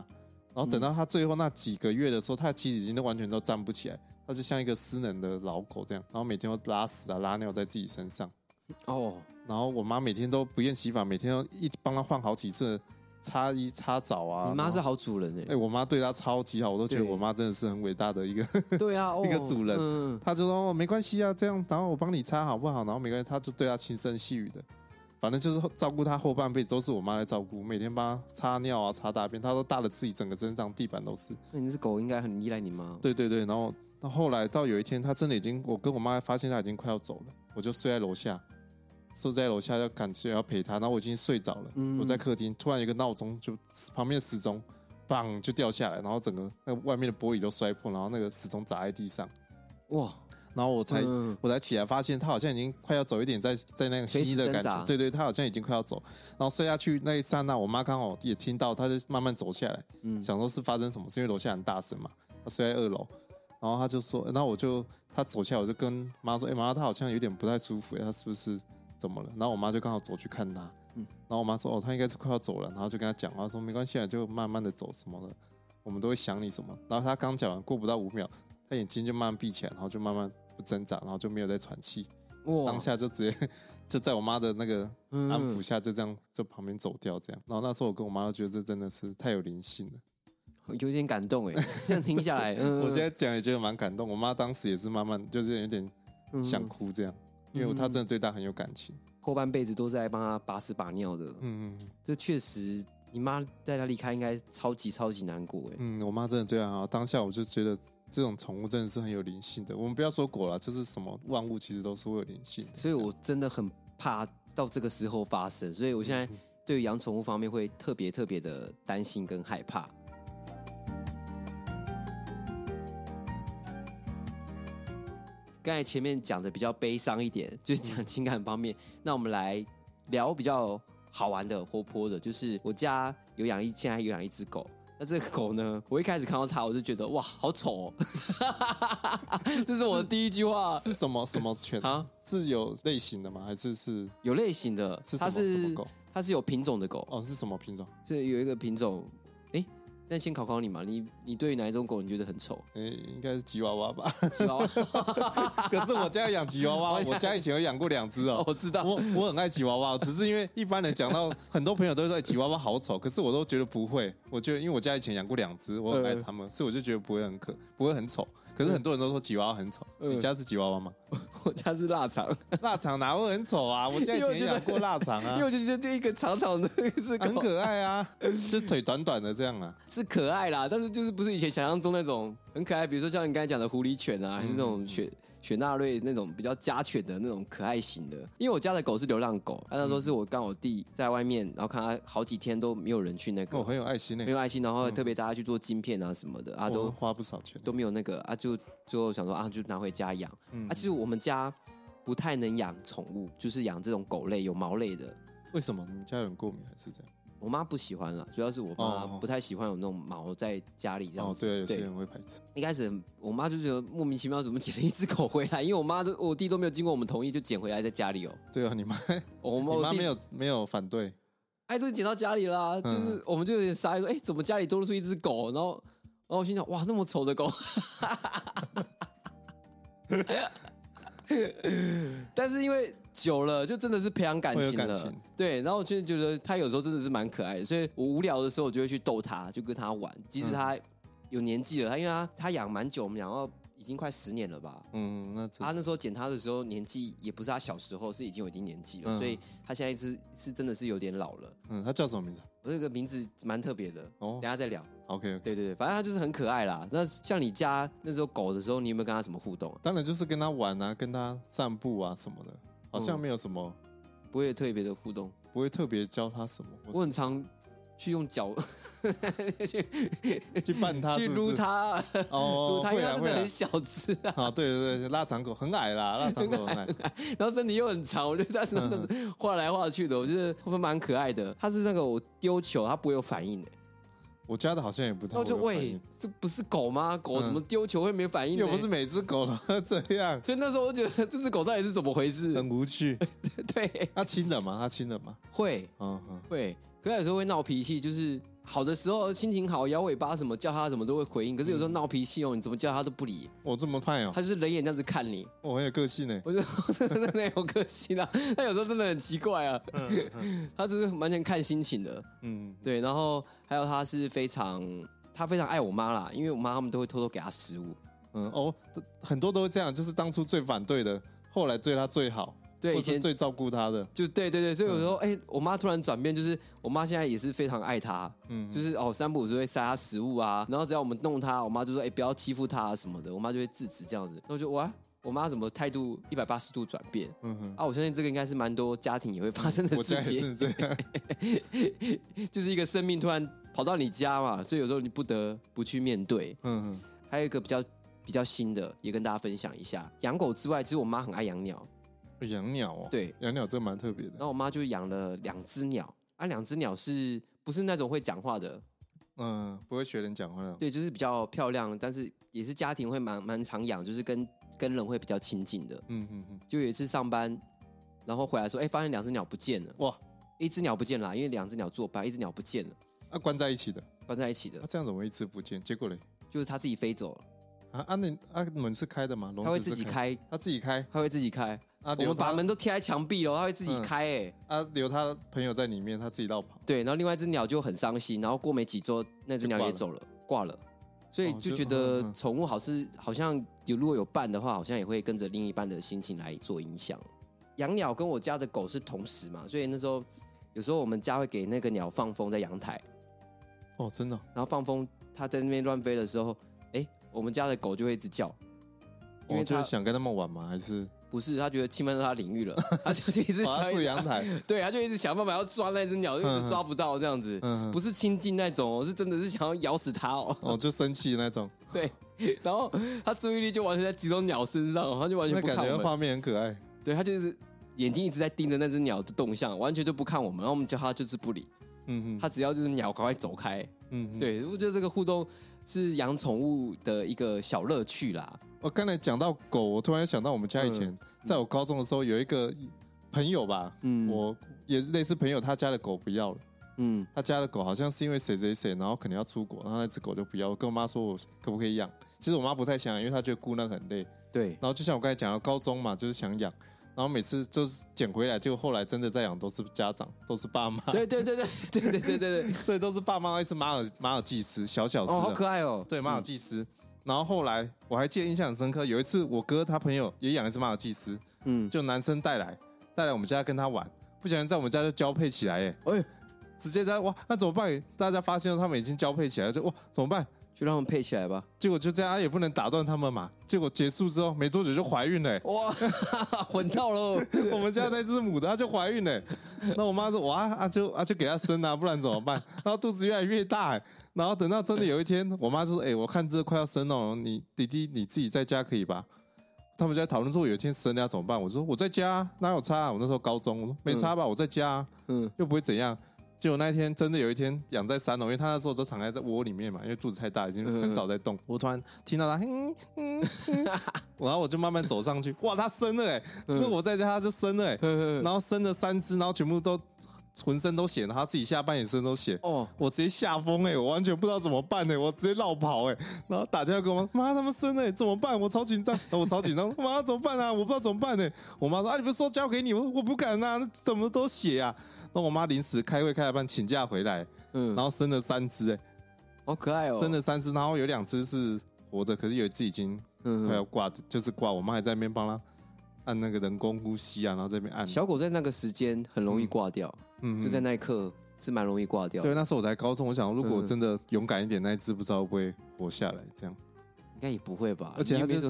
Speaker 1: 然后等到她最后那几个月的时候，她其实已经都完全都站不起来，她就像一个失能的老狗这样，然后每天都拉屎啊拉尿在自己身上，
Speaker 2: 哦，
Speaker 1: 然后我妈每天都不厌其烦，每天都一帮她换好几次擦衣擦澡啊。
Speaker 2: 你妈是
Speaker 1: 然后，
Speaker 2: 好主人
Speaker 1: 哎、
Speaker 2: 哎，
Speaker 1: 我妈对她超级好，我都觉得
Speaker 2: 对
Speaker 1: 我妈真的是很伟大的一个。
Speaker 2: 对啊，
Speaker 1: 一个
Speaker 2: 哦
Speaker 1: 主人
Speaker 2: 嗯，
Speaker 1: 她就说、哦、没关系啊，这样，然后我帮你擦好不好？然后没关系，她就对她轻声细语的，反正就是照顾她后半辈子都是我妈在照顾，每天帮她擦尿啊、擦大便，她都大了自己整个身上，地板都是。
Speaker 2: 那你只狗应该很依赖你妈。
Speaker 1: 对对对，然后到后来到有一天，她真的已经，我跟我妈发现她已经快要走了，我就睡在楼下，睡在楼下要感觉要陪她，然后我已经睡着了，
Speaker 2: 嗯
Speaker 1: 我在客厅，突然有一个闹钟就旁边的时钟。砰就掉下来，然后整个那个外面的玻璃都摔破，然后那个时钟砸在地上，
Speaker 2: 哇，
Speaker 1: 然后我才
Speaker 2: 嗯
Speaker 1: 我才起来，发现他好像已经快要走一点在，在那个
Speaker 2: 垂
Speaker 1: 吸
Speaker 2: 死
Speaker 1: 的
Speaker 2: 挣
Speaker 1: 感
Speaker 2: 扎
Speaker 1: 觉，对对，他好像已经快要走，然后摔下去那一刹那，我妈刚好也听到，她就慢慢走下来，
Speaker 2: 嗯，
Speaker 1: 想说是发生什么事，因为楼下很大声嘛，她摔在二楼，然后她就说，然后我就她走下来，我就跟妈说，哎、妈，她好像有点不太舒服、她是不是怎么了？然后我妈就刚好走去看她，
Speaker 2: 嗯
Speaker 1: 然后我妈说，哦，她应该是快要走了，然后就跟她讲，她说没关系啊，就慢慢的走什么的，我们都会想你什么。然后她刚讲完，过不到五秒，她眼睛就慢慢闭起来，然后就慢慢不挣扎，然后就没有再喘气。
Speaker 2: 哇，
Speaker 1: 当下就直接就在我妈的那个
Speaker 2: 嗯
Speaker 1: 安抚下，就这样就旁边走掉这样。然后那时候我跟我妈都觉得这真的是太有灵性了。
Speaker 2: 有点感动
Speaker 1: *laughs*
Speaker 2: 哎，这样听下来，嗯，
Speaker 1: 我现在讲也觉得蛮感动，我妈当时也是慢慢就是有点
Speaker 2: 嗯
Speaker 1: 想哭这样，因为她真的对她很有感情。
Speaker 2: 后半辈子都在帮他把屎把尿的，
Speaker 1: 嗯嗯
Speaker 2: 这确实，你妈带他离开应该超级超级难过哎。
Speaker 1: 嗯，我妈真的对她很好。当下我就觉得这种宠物真的是很有灵性的。我们不要说果了，就是什么万物其实都是会有灵性的。
Speaker 2: 所以我真的很怕到这个时候发生，所以我现在对于养宠物方面会特别特别的担心跟害怕。刚才前面讲的比较悲伤一点，就是讲情感方面，那我们来聊比较好玩的、活泼的，就是我家有养一，现在有养一只狗。那这个狗呢？我一开始看到它，我就觉得哇，好丑、哦， *laughs* 这是我的第一句话。
Speaker 1: 是什么什么犬
Speaker 2: 啊？
Speaker 1: 是有类型的吗？还是是
Speaker 2: 有类型的，
Speaker 1: 是什
Speaker 2: 它
Speaker 1: 么
Speaker 2: 是
Speaker 1: 什么狗？
Speaker 2: 它是有品种的狗，
Speaker 1: 哦，是什么品种？
Speaker 2: 是有一个品种。哎，那先考考你嘛，你你对于哪一种狗你觉得很丑？
Speaker 1: 诶、应该是吉娃娃吧。 *laughs*
Speaker 2: 吉娃娃，
Speaker 1: 可是我家有养吉娃娃，我家以前有养过两只哦。
Speaker 2: 我知道
Speaker 1: *laughs* 我我很爱吉娃娃，只是因为一般人讲到很多朋友都说哎吉娃娃好丑，可是我都觉得不会。我觉得因为我家以前养过两只，我很爱它
Speaker 2: 呃
Speaker 1: 们，所以我就觉得不会很可不会很丑。可是很多人都说吉娃娃很丑，
Speaker 2: 嗯
Speaker 1: 你家是吉娃娃
Speaker 2: *laughs*
Speaker 1: 吗？
Speaker 2: 我家是腊肠，
Speaker 1: 腊肠哪会很丑啊？我家以前也养过腊肠
Speaker 2: 因
Speaker 1: 啊
Speaker 2: 为，我就觉得这一个长长的是
Speaker 1: 很
Speaker 2: 狗
Speaker 1: 可爱啊，就是腿短短的这样啊。
Speaker 2: 是可爱啦，但是就是不是以前想象中那种很可爱，比如说像你刚才讲的狐狸犬啊，还是那
Speaker 1: 嗯
Speaker 2: 种雪雪纳瑞那种比较家犬的那种可爱型的。因为我家的狗是流浪狗，那时候是
Speaker 1: 嗯
Speaker 2: 我跟我弟在外面，然后看它好几天都没有人去那
Speaker 1: 我
Speaker 2: 个，
Speaker 1: 哦很有爱心呢、
Speaker 2: 没有爱心，然后
Speaker 1: 嗯
Speaker 2: 特别大家去做晶片啊什么的啊，
Speaker 1: 我
Speaker 2: 都
Speaker 1: 花不少钱欸、
Speaker 2: 都没有那个啊，就最后想说啊，就拿回家养。
Speaker 1: 嗯
Speaker 2: 啊，其实我们家不太能养宠物，就是养这种狗类、有毛类的。
Speaker 1: 为什么你们家有人过敏还是这样？
Speaker 2: 我妈不喜欢了，主要是我妈
Speaker 1: 哦
Speaker 2: 不太喜欢有那种毛在家里这样
Speaker 1: 哦，
Speaker 2: 子。
Speaker 1: 对，有些人会排斥。
Speaker 2: 一开始我妈就觉得莫名其妙，怎么捡了一只狗回来？因为我妈都我弟都没有经过我们同意就捡回来在家里哦。
Speaker 1: 对啊，你妈
Speaker 2: 我
Speaker 1: 你
Speaker 2: 妈我
Speaker 1: 妈
Speaker 2: 弟
Speaker 1: 没有没有反对，
Speaker 2: 哎，都捡到家里啦、
Speaker 1: 嗯
Speaker 2: 就是我们就有点傻眼说，哎，怎么家里多出一只狗？然后，然后我心想，哇，那么丑的狗。 *laughs* 但是因为久了，就真的是培养感情
Speaker 1: 会有
Speaker 2: 了，
Speaker 1: 感情
Speaker 2: 对。然后我就觉得它有时候真的是蛮可爱的，所以我无聊的时候，我就会去逗它，就跟它玩。即
Speaker 1: 嗯
Speaker 2: 使它有年纪了，它因为它它养蛮久，我们养到已经快十年了吧。
Speaker 1: 嗯，那真
Speaker 2: 他那时候捡它的时候，年纪也不是他小时候，是已经有一定年纪了，
Speaker 1: 嗯
Speaker 2: 所以他现在是是真的是有点老了。
Speaker 1: 嗯，它叫什么名字啊？
Speaker 2: 我这个名字蛮特别的，
Speaker 1: 哦
Speaker 2: 等一下再聊。
Speaker 1: ，OK，
Speaker 2: 对对对，反正它就是很可爱啦。那像你家那时候狗的时候，你有没有跟它什么互动啊？
Speaker 1: 当然就是跟它玩啊，跟它散步啊什么的，好像没有什么
Speaker 2: 不会有特别的互动。
Speaker 1: 不会特别教他什么，
Speaker 2: 我
Speaker 1: 或
Speaker 2: 很常去用脚去
Speaker 1: 是去绊他
Speaker 2: *laughs* 去
Speaker 1: 是不
Speaker 2: 撸
Speaker 1: 是
Speaker 2: 它，
Speaker 1: 哦
Speaker 2: 撸，它，因
Speaker 1: 会
Speaker 2: 为它
Speaker 1: 啦
Speaker 2: 真
Speaker 1: 会
Speaker 2: 的
Speaker 1: 啦
Speaker 2: 很。小只啊， *laughs*
Speaker 1: 啊，对对对，腊肠狗很矮啦，腊肠狗很矮，
Speaker 2: 然后身体又很长，我觉得它身上
Speaker 1: 嗯
Speaker 2: 画来画去的，我觉得会蛮可爱的。它是那个我丢球，它不会有反应的，
Speaker 1: 我家的好像也不太
Speaker 2: 然后
Speaker 1: 会
Speaker 2: 就
Speaker 1: 有反
Speaker 2: 喂
Speaker 1: 应，，
Speaker 2: 这不是狗吗？狗
Speaker 1: 嗯
Speaker 2: 怎么丢球会没反应呢？
Speaker 1: 又不是每只狗都这样，
Speaker 2: 所以那时候我觉得这只狗到 *laughs* 底是怎么回事？
Speaker 1: 很无趣。
Speaker 2: *laughs* 对，
Speaker 1: 它亲人嘛，它亲人
Speaker 2: *laughs*
Speaker 1: 嘛，
Speaker 2: 会
Speaker 1: 嗯嗯，
Speaker 2: 会，可是有时候会闹脾气，就是好的时候心情好，摇尾巴什么叫它什么都会回应，可是有时候闹脾气哦，你怎么叫它都不理，
Speaker 1: 我这么胖嗯哦，
Speaker 2: 它就是冷眼这样子看你，
Speaker 1: 我很有个
Speaker 2: *laughs*
Speaker 1: 性呢。
Speaker 2: 我就真的有个性啊，但有时候真的很奇怪啊，
Speaker 1: 嗯嗯
Speaker 2: *laughs* 它就是完全看心情的。
Speaker 1: 嗯，
Speaker 2: 对，然后还有他是非常他非常爱我妈啦，因为我妈他们都会偷偷给他食物。
Speaker 1: 嗯哦，很多都是这样，就是当初最反对的，后来对他最好，
Speaker 2: 对，
Speaker 1: 或
Speaker 2: 以
Speaker 1: 是
Speaker 2: 前
Speaker 1: 最嗯照顾他的，
Speaker 2: 就对对对，所以有时候哎、我妈突然转变，就是我妈现在也是非常爱他，
Speaker 1: 嗯，
Speaker 2: 就是是哦三不五时会塞他食物啊，然后只要我们弄他，我妈就说哎、不要欺负他、啊、什么的，我妈就会制止这样子。那我就哇，我妈怎么态度一百八十度转变？
Speaker 1: 嗯
Speaker 2: *laughs*
Speaker 1: 哼，
Speaker 2: 啊，我相信这个应该是蛮多家庭也会发生的
Speaker 1: 我家
Speaker 2: 事
Speaker 1: 也
Speaker 2: 情，
Speaker 1: 是这样，
Speaker 2: *laughs* 就是一个生命突然跑到你家嘛，所以有时候你不得不去面对。
Speaker 1: 嗯哼，
Speaker 2: 还有一个比较比较新的，也跟大家分享一下。养狗之外，其实我妈很爱养鸟，
Speaker 1: 养鸟哦，，
Speaker 2: 对，哦
Speaker 1: 养鸟真的蛮特别
Speaker 2: 然
Speaker 1: 的，
Speaker 2: 后我妈就养了两只鸟，啊，两只鸟是不是那种会讲话的？
Speaker 1: 嗯，不会学人讲话的，
Speaker 2: 对，就是比较漂亮，但是也是家庭会蛮蛮常养，就是跟跟人会比较亲近的。
Speaker 1: 嗯嗯嗯，
Speaker 2: 就有一次上班，然后回来说，哎、发现两只鸟不见了，
Speaker 1: 哇，
Speaker 2: 一只鸟不见了，因为两只鸟作伴，一只鸟不见了，
Speaker 1: 啊，关在一起的，啊
Speaker 2: 关在一起的
Speaker 1: 那、，这样怎么会一直不见？结果嘞，
Speaker 2: 就是它自己飞走了，
Speaker 1: 啊啊那啊门是开的吗？笼
Speaker 2: 它会
Speaker 1: 子
Speaker 2: 自
Speaker 1: 是
Speaker 2: 己，开，
Speaker 1: 他自己开，
Speaker 2: 它会自己开，
Speaker 1: 啊，
Speaker 2: 我
Speaker 1: 留
Speaker 2: 们
Speaker 1: 他
Speaker 2: 把门都贴在墙壁了，它会自己
Speaker 1: 嗯
Speaker 2: 开、哎、
Speaker 1: 啊留他朋友在里面，他自己绕跑，
Speaker 2: 对，然后另外一只鸟就很伤心，然后过没几周，那只鸟也走了，挂了。所以
Speaker 1: 哦
Speaker 2: 就
Speaker 1: 就
Speaker 2: 觉
Speaker 1: 嗯
Speaker 2: 得
Speaker 1: 嗯
Speaker 2: 宠物好是好像有如果有伴的话，好像也会跟着另一半的心情来做影响。养鸟跟我家的狗是同时嘛，所以那时候有时候我们家会给那个鸟放风在阳台，
Speaker 1: 哦，真的哦、
Speaker 2: 然后放风它在那边乱飞的时候，哎，我们家的狗就会一直叫，因
Speaker 1: 我、
Speaker 2: 为
Speaker 1: 哦就
Speaker 2: 它
Speaker 1: 是想跟他们玩嘛，还
Speaker 2: *laughs*
Speaker 1: 是
Speaker 2: 不是它觉得侵犯到它领域了，它就一直
Speaker 1: *laughs* 哦他
Speaker 2: 想
Speaker 1: 住阳
Speaker 2: *laughs*
Speaker 1: 台，
Speaker 2: 对，它就一直想办法要抓那只鸟，就一
Speaker 1: 嗯嗯
Speaker 2: 直抓不到这样子，
Speaker 1: 嗯，不，
Speaker 2: 不是亲近那种哦，是真的是想要咬死它哦。 *laughs*
Speaker 1: 哦，就生气那种，
Speaker 2: 对，然后他注意力就完全在集中鸟身上，哦他就完全
Speaker 1: 那
Speaker 2: 不
Speaker 1: 感
Speaker 2: 看
Speaker 1: 觉
Speaker 2: 我们。
Speaker 1: 画面很可爱，
Speaker 2: 对他就是眼睛一直在盯着那只鸟的动向，完全就不看我们。然后我们叫他就是不理，
Speaker 1: 嗯嗯，
Speaker 2: 他只要就是鸟赶快走开。
Speaker 1: 嗯，嗯
Speaker 2: 对，我觉得这个互动是养宠物的一个小乐趣啦。
Speaker 1: 我哦刚才讲到狗，我突然想到我们家以前，在我高中的时候有一个朋友吧，
Speaker 2: 嗯
Speaker 1: 我也是类似朋友，他家的狗不要了。
Speaker 2: 嗯，
Speaker 1: 他家的狗好像是因为谁谁谁，然后可能要出国，然后那只狗就不要。我跟我妈说，我可不可以养？其实我妈不太想养，因为她觉得顾那个很累。 *laughs*
Speaker 2: 对，
Speaker 1: 然后就像我刚才讲的，高中嘛，就是想养，然后每次就是捡回来，结果后来真的在养都是家长，都是爸妈，
Speaker 2: 对对对对对对对对对，
Speaker 1: *laughs* 所以都是爸妈一只马尔马尔济斯，小小只的，
Speaker 2: 哦，好可爱
Speaker 1: 啊
Speaker 2: 哦。
Speaker 1: 对，马尔
Speaker 2: 嗯
Speaker 1: 济斯。然后后来我还记得印象很深刻，有一次我哥他朋友也养一只马尔济斯，
Speaker 2: 嗯，
Speaker 1: 就男生带来带来我们家跟他玩，不小心在我们家就交配起来耶，哎、直接在哇，那怎么办？大家发现他们已经交配起来了，就哇怎么办？
Speaker 2: 就让我们配起
Speaker 1: *laughs*
Speaker 2: 来吧。
Speaker 1: 结果就这样，啊也不能打断他们嘛。结果结束之后没多久就怀孕了耶，
Speaker 2: 哇， *laughs* 混到喽。
Speaker 1: *laughs* 我们家那只母的它就怀孕了耶，那我妈说哇啊就啊就给它生啊，不然怎么办？然后肚子越来越大耶，然后等到真的有一天，我妈就说哎、我看这快要生哦，你弟弟你自己在家可以吧？他们就在讨论说有一天生了要怎么办？我说我在家、啊，哪有差、啊？我那时候高中，我说没差吧，我在家、啊。
Speaker 2: 嗯，
Speaker 1: 又不会怎样。结果那一天真的有一天养在三楼，因为他那时候都躺在在窝里面嘛，因为肚子太大，已经
Speaker 2: 嗯
Speaker 1: 很少在动。 *laughs* 我突然听到他，嗯嗯， *laughs* 嗯然后我就慢慢走上去，哇，他生了哎、欸！是我在家他就生了哎、欸，
Speaker 2: 嗯
Speaker 1: *laughs*
Speaker 2: 嗯
Speaker 1: 然后生了三只，然后全部都浑身都血，然后他自己下半身都血。
Speaker 2: 哦，
Speaker 1: 我直接吓疯哎！我完全不知道怎么办哎、我直接绕跑哎、然后打电话给我妈，妈他们生了、欸，怎么办？我超紧张，然后我超紧张， *laughs* 妈怎么办啊？我不知道怎么办哎、我妈说啊，你不是说交给你，我说我不敢啊，那怎么都写啊？那我妈临时开会开了半请假回来，
Speaker 2: 嗯，
Speaker 1: 然后生了三只哎、
Speaker 2: 好可爱哦，
Speaker 1: 生了，三只，然后有两只是活着，可是有一只已经快要
Speaker 2: 嗯，
Speaker 1: 挂，就是挂，我妈还在那边帮她按那个人工呼吸啊，然后在那边按，
Speaker 2: 小狗在那个时间很容易挂掉。
Speaker 1: 嗯
Speaker 2: 就在那一刻是蛮容易挂掉的。
Speaker 1: 对，那时候我才高中，我想如果我
Speaker 2: 嗯
Speaker 1: 真的勇敢一点，那一只不知道会不会活下来这样。
Speaker 2: 应该也不会吧？
Speaker 1: 而且
Speaker 2: 你也
Speaker 1: 它就
Speaker 2: 没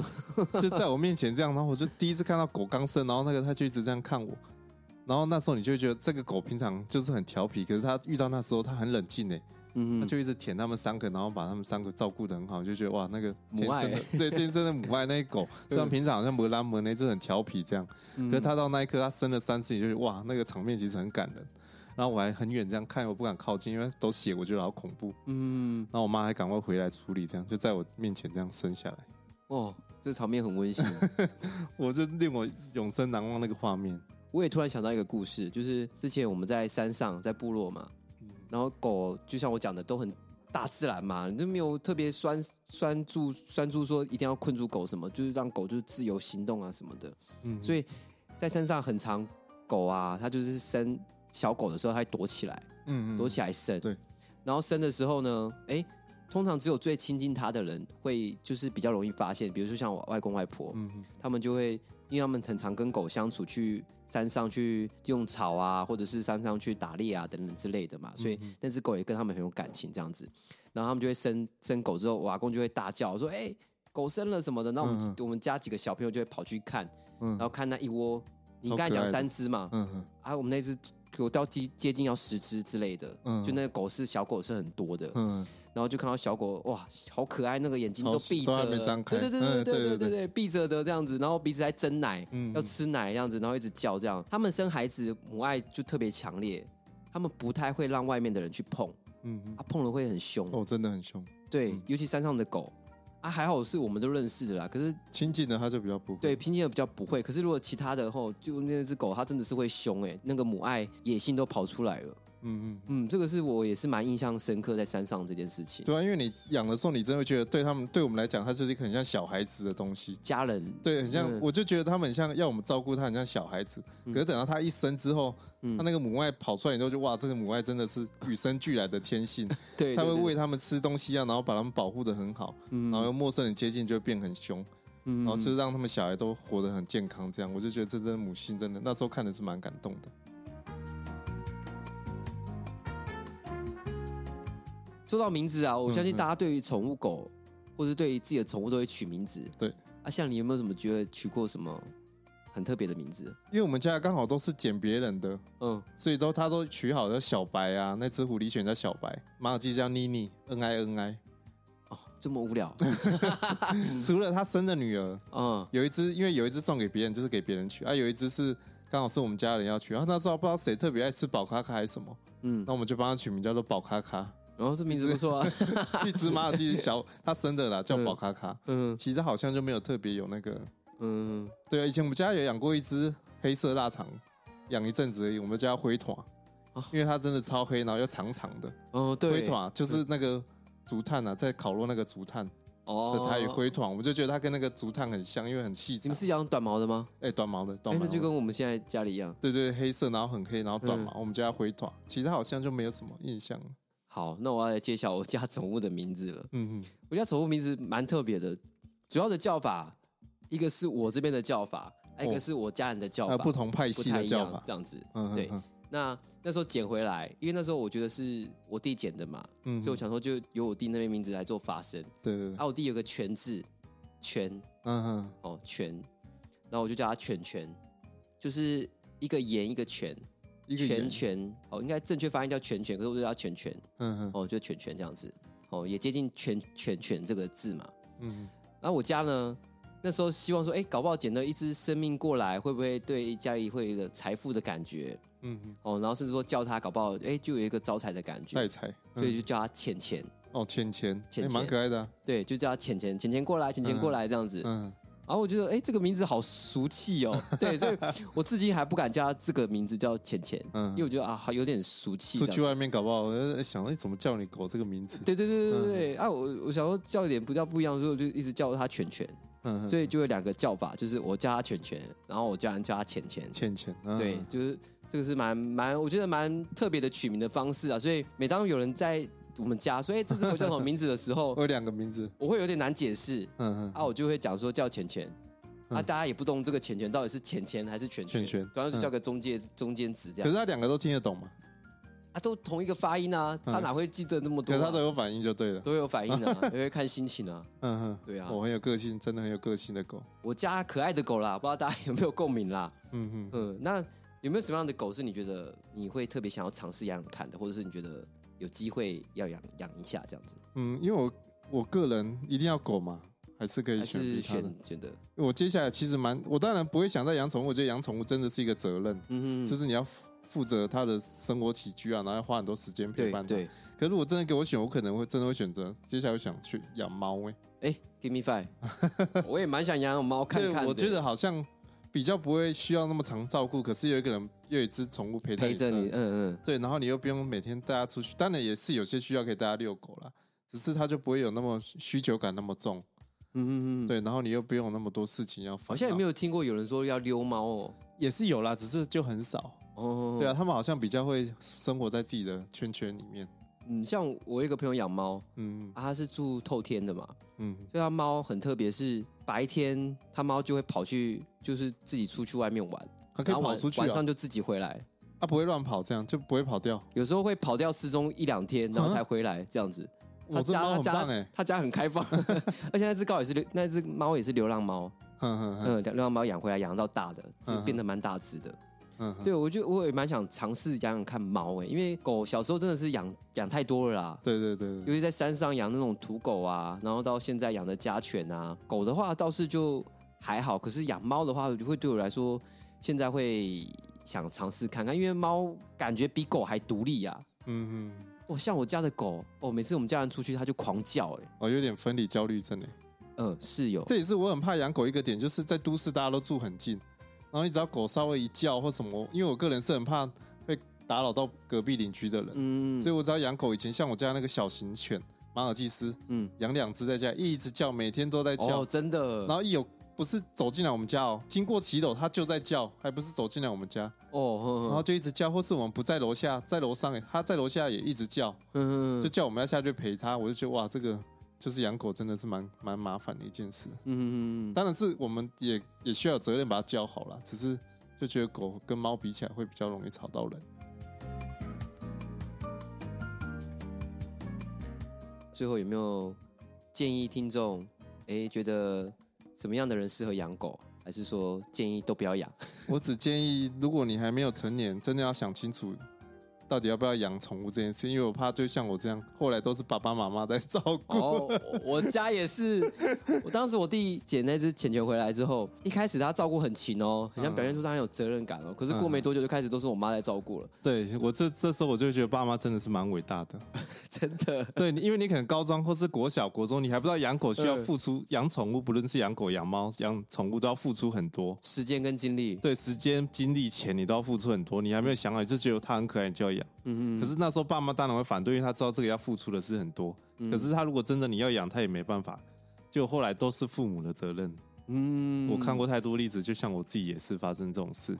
Speaker 1: *laughs*
Speaker 2: 什么，
Speaker 1: 就在我面前这样，然后我就第一次看到狗刚生，然后那个它就一直这样看我，然后那时候你就会觉得这个狗平常就是很调皮，可是它遇到那时候它很冷静哎、
Speaker 2: 嗯
Speaker 1: 它
Speaker 2: 哼，
Speaker 1: 就一直舔它们三个，然后把它们三个照顾的很好，就觉得哇，那个
Speaker 2: 母
Speaker 1: 天生
Speaker 2: 爱欸
Speaker 1: 的对天生的母爱那
Speaker 2: *laughs*
Speaker 1: 狗，虽然平常好像摩拉摩那只很调皮这样，
Speaker 2: 嗯
Speaker 1: 可是它到那一刻它生了三次，你就觉得哇，那个场面其实很感人。然后我还很远这样看，我不敢靠近，因为都血，我觉得好恐怖。
Speaker 2: 嗯，
Speaker 1: 然后我妈还赶快回来处理，这样就在我面前这样生下来，
Speaker 2: 哦，这场面很
Speaker 1: *laughs*
Speaker 2: 温馨。
Speaker 1: 我就令我永生难忘那个画面。
Speaker 2: 我也突然想到一个故事，就是之前我们在山上，在部落嘛，
Speaker 1: 嗯
Speaker 2: 然后狗就像我讲的，都很大自然嘛，你就没有特别拴拴住拴住说一定要困住狗什么，就是让狗就是自由行动啊什么的。
Speaker 1: 嗯，
Speaker 2: 所
Speaker 1: 以
Speaker 2: 以在山上很常狗啊，它就是生小狗的时候，它会躲起来，
Speaker 1: 嗯
Speaker 2: 躲起来生。
Speaker 1: 对。
Speaker 2: 然后生的时候呢，哎，通常只有最亲近它的人会就是比较容易发现，比如说像我外公外婆，
Speaker 1: 嗯嗯
Speaker 2: 他们就会，因为他们很常跟狗相处，去山上去用草啊，或者是山上去打猎啊等等之类的嘛，所以
Speaker 1: 嗯
Speaker 2: 那只狗也跟他们很有感情这样子。然后他们就会生生狗之后，我阿公就会大叫说：“哎、狗生了什么的。”那我们、
Speaker 1: 嗯
Speaker 2: 我们家几个小朋友就会跑去看，
Speaker 1: 嗯
Speaker 2: 然后看那一窝，你
Speaker 1: 超
Speaker 2: 刚才
Speaker 1: 可
Speaker 2: 讲
Speaker 1: 爱的
Speaker 2: 三只嘛，
Speaker 1: 嗯嗯
Speaker 2: 啊，我们那只有到接接近要十只之类的，
Speaker 1: 嗯
Speaker 2: 就那个狗是小狗是很多的，
Speaker 1: 嗯，
Speaker 2: 然后就看到小狗，哇，好可爱，那个眼睛
Speaker 1: 超
Speaker 2: 都闭着
Speaker 1: 都还
Speaker 2: 了，
Speaker 1: 没张开
Speaker 2: 对对
Speaker 1: 嗯
Speaker 2: 对对
Speaker 1: 对
Speaker 2: 对
Speaker 1: 对
Speaker 2: 对对对，闭着的这样子，然后鼻子还争奶，
Speaker 1: 嗯
Speaker 2: 要吃奶这样子，然后一直叫这样。他们生孩子母爱就特别强烈，他们不太会让外面的人去碰，
Speaker 1: 嗯嗯，
Speaker 2: 啊，碰了会很凶，
Speaker 1: 哦，嗯真的很凶，
Speaker 2: 对，尤其山上的狗。啊，还好是我们都认识的啦。可是
Speaker 1: 亲近的它就比较不会。
Speaker 2: 对，，平静的比较不会。可是如果其他的后，就那只狗，它真的是会凶哎、那个母爱野性都跑出来了。
Speaker 1: 嗯嗯，
Speaker 2: 嗯，这个是我也是蛮印象深刻在山上这件事情。
Speaker 1: 对啊，因为你养的时候，你真的会觉得对他们，对我们来讲，它就是一个很像小孩子的东西。
Speaker 2: 家人
Speaker 1: 对，很像，
Speaker 2: 嗯
Speaker 1: 我就觉得他们很像要我们照顾他，很像小孩子。可是等到他一生之后，
Speaker 2: 嗯
Speaker 1: 他那个母爱跑出来以后，就哇，这个母爱真的是与生俱来的天性，
Speaker 2: *laughs* 对，
Speaker 1: 他会
Speaker 2: 对对
Speaker 1: 喂他们吃东西啊，然后把他们保护的很好，
Speaker 2: 嗯
Speaker 1: 然后陌生人接近就会变很凶，
Speaker 2: 嗯
Speaker 1: 然后就是让他们小孩都活得很健康，这样我就觉得这真的母性真的，那时候看的是蛮感动的。
Speaker 2: 说到名字啊，我相
Speaker 1: 嗯
Speaker 2: 信
Speaker 1: 嗯
Speaker 2: 大家对于宠物狗，或是对于自己的宠物都会取名字。
Speaker 1: 对，
Speaker 2: 啊，像你有没有什么觉得取过什么很特别的名字？
Speaker 1: 因为我们家刚好都是捡别人的，
Speaker 2: 嗯，
Speaker 1: 所以都他都取好的小白啊，那只狐狸犬叫小白，马尔济斯叫妮妮，恩爱恩
Speaker 2: *laughs*
Speaker 1: 爱。
Speaker 2: 哦，这么无
Speaker 1: *laughs*
Speaker 2: 聊，
Speaker 1: 除了他生的女儿，
Speaker 2: 嗯，
Speaker 1: 有一只，因为有一只送给别人，就是给别人取啊，有一只是刚好是我们家人要取，然后那时候不知道谁特别爱吃宝咖咖还是什么，
Speaker 2: 嗯
Speaker 1: 那，我们就帮他取名叫做宝咖
Speaker 2: *laughs*
Speaker 1: 咖，
Speaker 2: 然后这名字
Speaker 1: *laughs*
Speaker 2: 不错啊，
Speaker 1: 一只马尔济斯小他生的啦，叫宝咖咖。
Speaker 2: 嗯
Speaker 1: 其实好像就没有特别有那个，
Speaker 2: 嗯，
Speaker 1: 对啊，以前我们家有养过一只黑色腊肠，养一阵子而已，我们叫它灰团
Speaker 2: 哦，
Speaker 1: 因为它真的超黑，然后又长长的。
Speaker 2: 哦，对，
Speaker 1: 灰团就是那个竹炭啊，在烤肉那个竹炭的
Speaker 2: 哦，
Speaker 1: 台语灰团，我就觉得它跟那个竹炭很像，因为很细
Speaker 2: 你
Speaker 1: 长
Speaker 2: 们。是养短毛的吗？
Speaker 1: 哎、短毛的，短
Speaker 2: 哎，
Speaker 1: 毛
Speaker 2: 那
Speaker 1: 的
Speaker 2: 就跟我们现在家里一样。
Speaker 1: 对对，黑色，然后很黑，然后短
Speaker 2: 嗯
Speaker 1: 毛，我们叫它灰团。其他好像就没有什么印象了。
Speaker 2: 好，那我要来揭晓我家宠物的名字了。
Speaker 1: 嗯嗯，
Speaker 2: 我家宠物名字蛮特别的，主要的叫法，一个是我这边的叫法，啊一
Speaker 1: 哦
Speaker 2: 个是我家人的叫
Speaker 1: 还
Speaker 2: 法，
Speaker 1: 有不同派
Speaker 2: 不
Speaker 1: 系
Speaker 2: 太
Speaker 1: 的
Speaker 2: 一
Speaker 1: 叫
Speaker 2: 样
Speaker 1: 法。
Speaker 2: 这样子。
Speaker 1: 嗯嗯
Speaker 2: 对那那时候捡回来，因为那时候我觉得是我弟捡的嘛，
Speaker 1: 嗯
Speaker 2: 所以我想说就由我弟那边名字来做发声。
Speaker 1: 对对对，
Speaker 2: 啊，我弟有个全字，全
Speaker 1: 嗯嗯
Speaker 2: 哦全，然后我就叫他全全，就是一个言一个全，
Speaker 1: 一个
Speaker 2: 全
Speaker 1: 圆
Speaker 2: 全哦，应该正确发音叫全全，可是我就叫他全全
Speaker 1: 嗯嗯
Speaker 2: 哦，就全全这样子哦，也接近全全全这个字嘛。
Speaker 1: 嗯
Speaker 2: 然后我家呢，那时候希望说，哎，搞不好捡到一只生命过来，会不会对家里会有一个财富的感觉？
Speaker 1: 嗯嗯，
Speaker 2: 哦，然后甚至说叫他，搞不好哎、诶就有一个招财的感觉
Speaker 1: 代，财，嗯
Speaker 2: 所以就叫他浅浅，
Speaker 1: 哦，浅浅，也
Speaker 2: 浅
Speaker 1: 蛮
Speaker 2: 浅
Speaker 1: 可爱的啊。
Speaker 2: 对，就叫他浅浅，浅浅过来，浅浅过来这样子。
Speaker 1: 嗯，
Speaker 2: 然后我觉得哎、诶这个名字好俗气哦，
Speaker 1: *laughs*
Speaker 2: 对，所以我至今还不敢叫他这个名字叫浅浅，
Speaker 1: 嗯
Speaker 2: 因为我觉得啊，好有点俗气
Speaker 1: 出
Speaker 2: 这样
Speaker 1: 去
Speaker 2: 子。
Speaker 1: 外面搞不好，我就在想，哎，怎么叫你狗这个名字？
Speaker 2: 对对对对对
Speaker 1: 嗯
Speaker 2: 对、啊！我我想说叫一点不叫不一样，所以我就一直叫他犬犬，
Speaker 1: 嗯，
Speaker 2: 所
Speaker 1: 以
Speaker 2: 以就有两个叫法，就是我叫他犬犬，然后我家人叫他浅浅，
Speaker 1: 浅浅，嗯
Speaker 2: 对，就是这个是蛮蛮，我觉得蛮特别的取名的方式啊。所以每当有人在我们家说“哎、这只狗叫什么名字”的时候
Speaker 1: *laughs* 我，有两个名字，
Speaker 2: 我会有点难解释
Speaker 1: 嗯嗯，
Speaker 2: 啊，我就会讲说叫浅浅啊，
Speaker 1: 嗯
Speaker 2: 大家也不懂这个浅浅到底是浅浅还是犬
Speaker 1: 犬犬
Speaker 2: 主要就叫个中介中间值这
Speaker 1: 可是
Speaker 2: 样
Speaker 1: 他两个都听得懂嘛？
Speaker 2: 啊，都同一个发音啊，
Speaker 1: 嗯
Speaker 2: 他哪会记得那么
Speaker 1: 可
Speaker 2: 多啊、
Speaker 1: 是他都有反应就对了。
Speaker 2: 都会有反应
Speaker 1: *laughs*
Speaker 2: 啊，也会看心情啊。
Speaker 1: 嗯哼，
Speaker 2: 对啊
Speaker 1: 我很有个性，真的很有个性的狗。
Speaker 2: 我家可爱的狗啦，不知道大家有没有共鸣啦？
Speaker 1: 嗯哼，
Speaker 2: 嗯，那有没有什么样的狗是你觉得你会特别想要尝试养养看的，或者是你觉得有机会要养养一下这样子？
Speaker 1: 嗯，因为我我个人一定要狗嘛，还是可以
Speaker 2: 还
Speaker 1: 选
Speaker 2: 是
Speaker 1: 其他的
Speaker 2: 选选的？
Speaker 1: 我接下来其实蛮，我当然不会想再养宠物，我觉得养宠物真的是一个责任，
Speaker 2: 嗯
Speaker 1: 就是是你要负负责它的生活起居啊，然后要花很多时间陪
Speaker 2: 对
Speaker 1: 伴它。
Speaker 2: 对。
Speaker 1: 可如果真的给我选，我可能会真的会选择接下来我想去养猫哎、
Speaker 2: 哎、g i v e me five，
Speaker 1: *laughs*
Speaker 2: 我也蛮想养养猫看看
Speaker 1: 对，
Speaker 2: 的。
Speaker 1: 我觉得好像比较不会需要那么常照顾，可是有一个人又有一只宠物陪在
Speaker 2: 陪
Speaker 1: 你
Speaker 2: 着
Speaker 1: 身
Speaker 2: 你，嗯嗯，
Speaker 1: 对，然后你又不用每天带它出去，当然也是有些需要可以带它遛狗啦，只是它就不会有那么需求感那么重，
Speaker 2: 嗯嗯嗯，
Speaker 1: 对，然后你又不用有那么多事情要烦恼，
Speaker 2: 好像也没有听过有人说要溜猫哦。
Speaker 1: 也是有啦，只是就很少。
Speaker 2: 哦，
Speaker 1: 对啊，，他们好像比较会生活在自己的圈圈里面。
Speaker 2: 嗯，像我有一个朋友养猫
Speaker 1: 嗯
Speaker 2: 啊，他是住透天的嘛，
Speaker 1: 嗯，
Speaker 2: 所以他猫很特别，是白天他猫就会跑去，就是自己出去外面玩，
Speaker 1: 它可以
Speaker 2: 然后
Speaker 1: 跑
Speaker 2: 晚
Speaker 1: 出去
Speaker 2: 晚
Speaker 1: 啊
Speaker 2: 上，就自己回来，
Speaker 1: 它不会乱跑，这样就不会跑掉。
Speaker 2: 有时候会跑掉失踪一两天，然后才回来这样子。
Speaker 1: 我这猫
Speaker 2: 他
Speaker 1: 很
Speaker 2: 家
Speaker 1: 棒哎、欸，
Speaker 2: 他家很
Speaker 1: *laughs*
Speaker 2: 开放，而且那只狗也是流，那只猫也是流浪猫，
Speaker 1: 哼哼哼
Speaker 2: 嗯，流浪猫养回来养到大的，是
Speaker 1: 嗯哼
Speaker 2: 变得蛮大只的。
Speaker 1: 哼哼，
Speaker 2: 对，我就我也蛮想尝试养养看猫诶、因为狗小时候真的是养养太多了啦，
Speaker 1: 对对对对，
Speaker 2: 尤其在山上养那种土狗啊，然后到现在养的家犬啊，狗的话倒是就还好，可是养猫的话，就会对我来说，现在会想尝试看看，因为猫感觉比狗还独立啊。
Speaker 1: 嗯嗯，
Speaker 2: 哇，像我家的狗哦，每次我们家人出去，它就狂叫、欸，
Speaker 1: 我、哦有点分离焦虑症哎、
Speaker 2: 嗯，是有，
Speaker 1: 这也是我很怕养狗一个点，就是在都市大家都住很近，然后你只要狗稍微一叫或什么，因为我个人是很怕会打扰到隔壁邻居的人，
Speaker 2: 嗯，
Speaker 1: 所以我只要养狗以前，像我家那个小型犬马尔济斯，
Speaker 2: 嗯，
Speaker 1: 养两只在家一直叫，每天都在叫，
Speaker 2: 哦，真的，
Speaker 1: 然后一有不是走进来我们家哦，经过骑楼它就在叫，还不是走进来我们家，
Speaker 2: 哦，
Speaker 1: 然
Speaker 2: 然
Speaker 1: 后就一直叫，或是我们不在楼下，在楼上，它在楼下也一直叫，
Speaker 2: 嗯
Speaker 1: 就叫我们要下去陪它，我就觉得哇，这个就是养狗真的是蛮蛮麻烦的一件事。
Speaker 2: 嗯嗯，
Speaker 1: 当然是我们也也需要有责任把它教好了，只是就觉得狗跟猫比起来会比较容易吵到人。
Speaker 2: 最后有没有建议听众？哎，觉得什么样的人适合养狗？还是说建议都
Speaker 1: *laughs*
Speaker 2: 不要养？
Speaker 1: 我只建议，如果你还没有成年，真的要想清楚到底要不要养宠物这件事，因为我怕就像我这样，后来都是爸爸妈妈在照顾。
Speaker 2: 哦，我我家也是。我当时我弟捡那只浅犬回来之后，一开始他照顾很勤哦，好像表现出他很有责任感哦。可是过
Speaker 1: 嗯
Speaker 2: 没多久就开始都是我妈在照顾了，
Speaker 1: *laughs* 对我这这时候我就觉得爸妈真的是蛮伟大的。 *laughs*
Speaker 2: 真的。
Speaker 1: 对，因为你可能高中或是国小、国中，你还不知道养狗需要
Speaker 2: 嗯
Speaker 1: 付出，养宠物不论是养狗、养猫、养宠物都要付出很多。
Speaker 2: 时间跟精力，
Speaker 1: 对，时间、精力、钱你都要付出很多，你还没有想好，你就觉得它很可爱，你就要养。
Speaker 2: 嗯
Speaker 1: 可是那时候爸妈当然会反对，因为他知道这个要付出的是很多。
Speaker 2: 嗯
Speaker 1: 可是他如果真的你要养，他也没办法。就后来都是父母的责任。
Speaker 2: 嗯
Speaker 1: 我看过
Speaker 2: 过
Speaker 1: 太多例子，就像我自己也是发生这种事。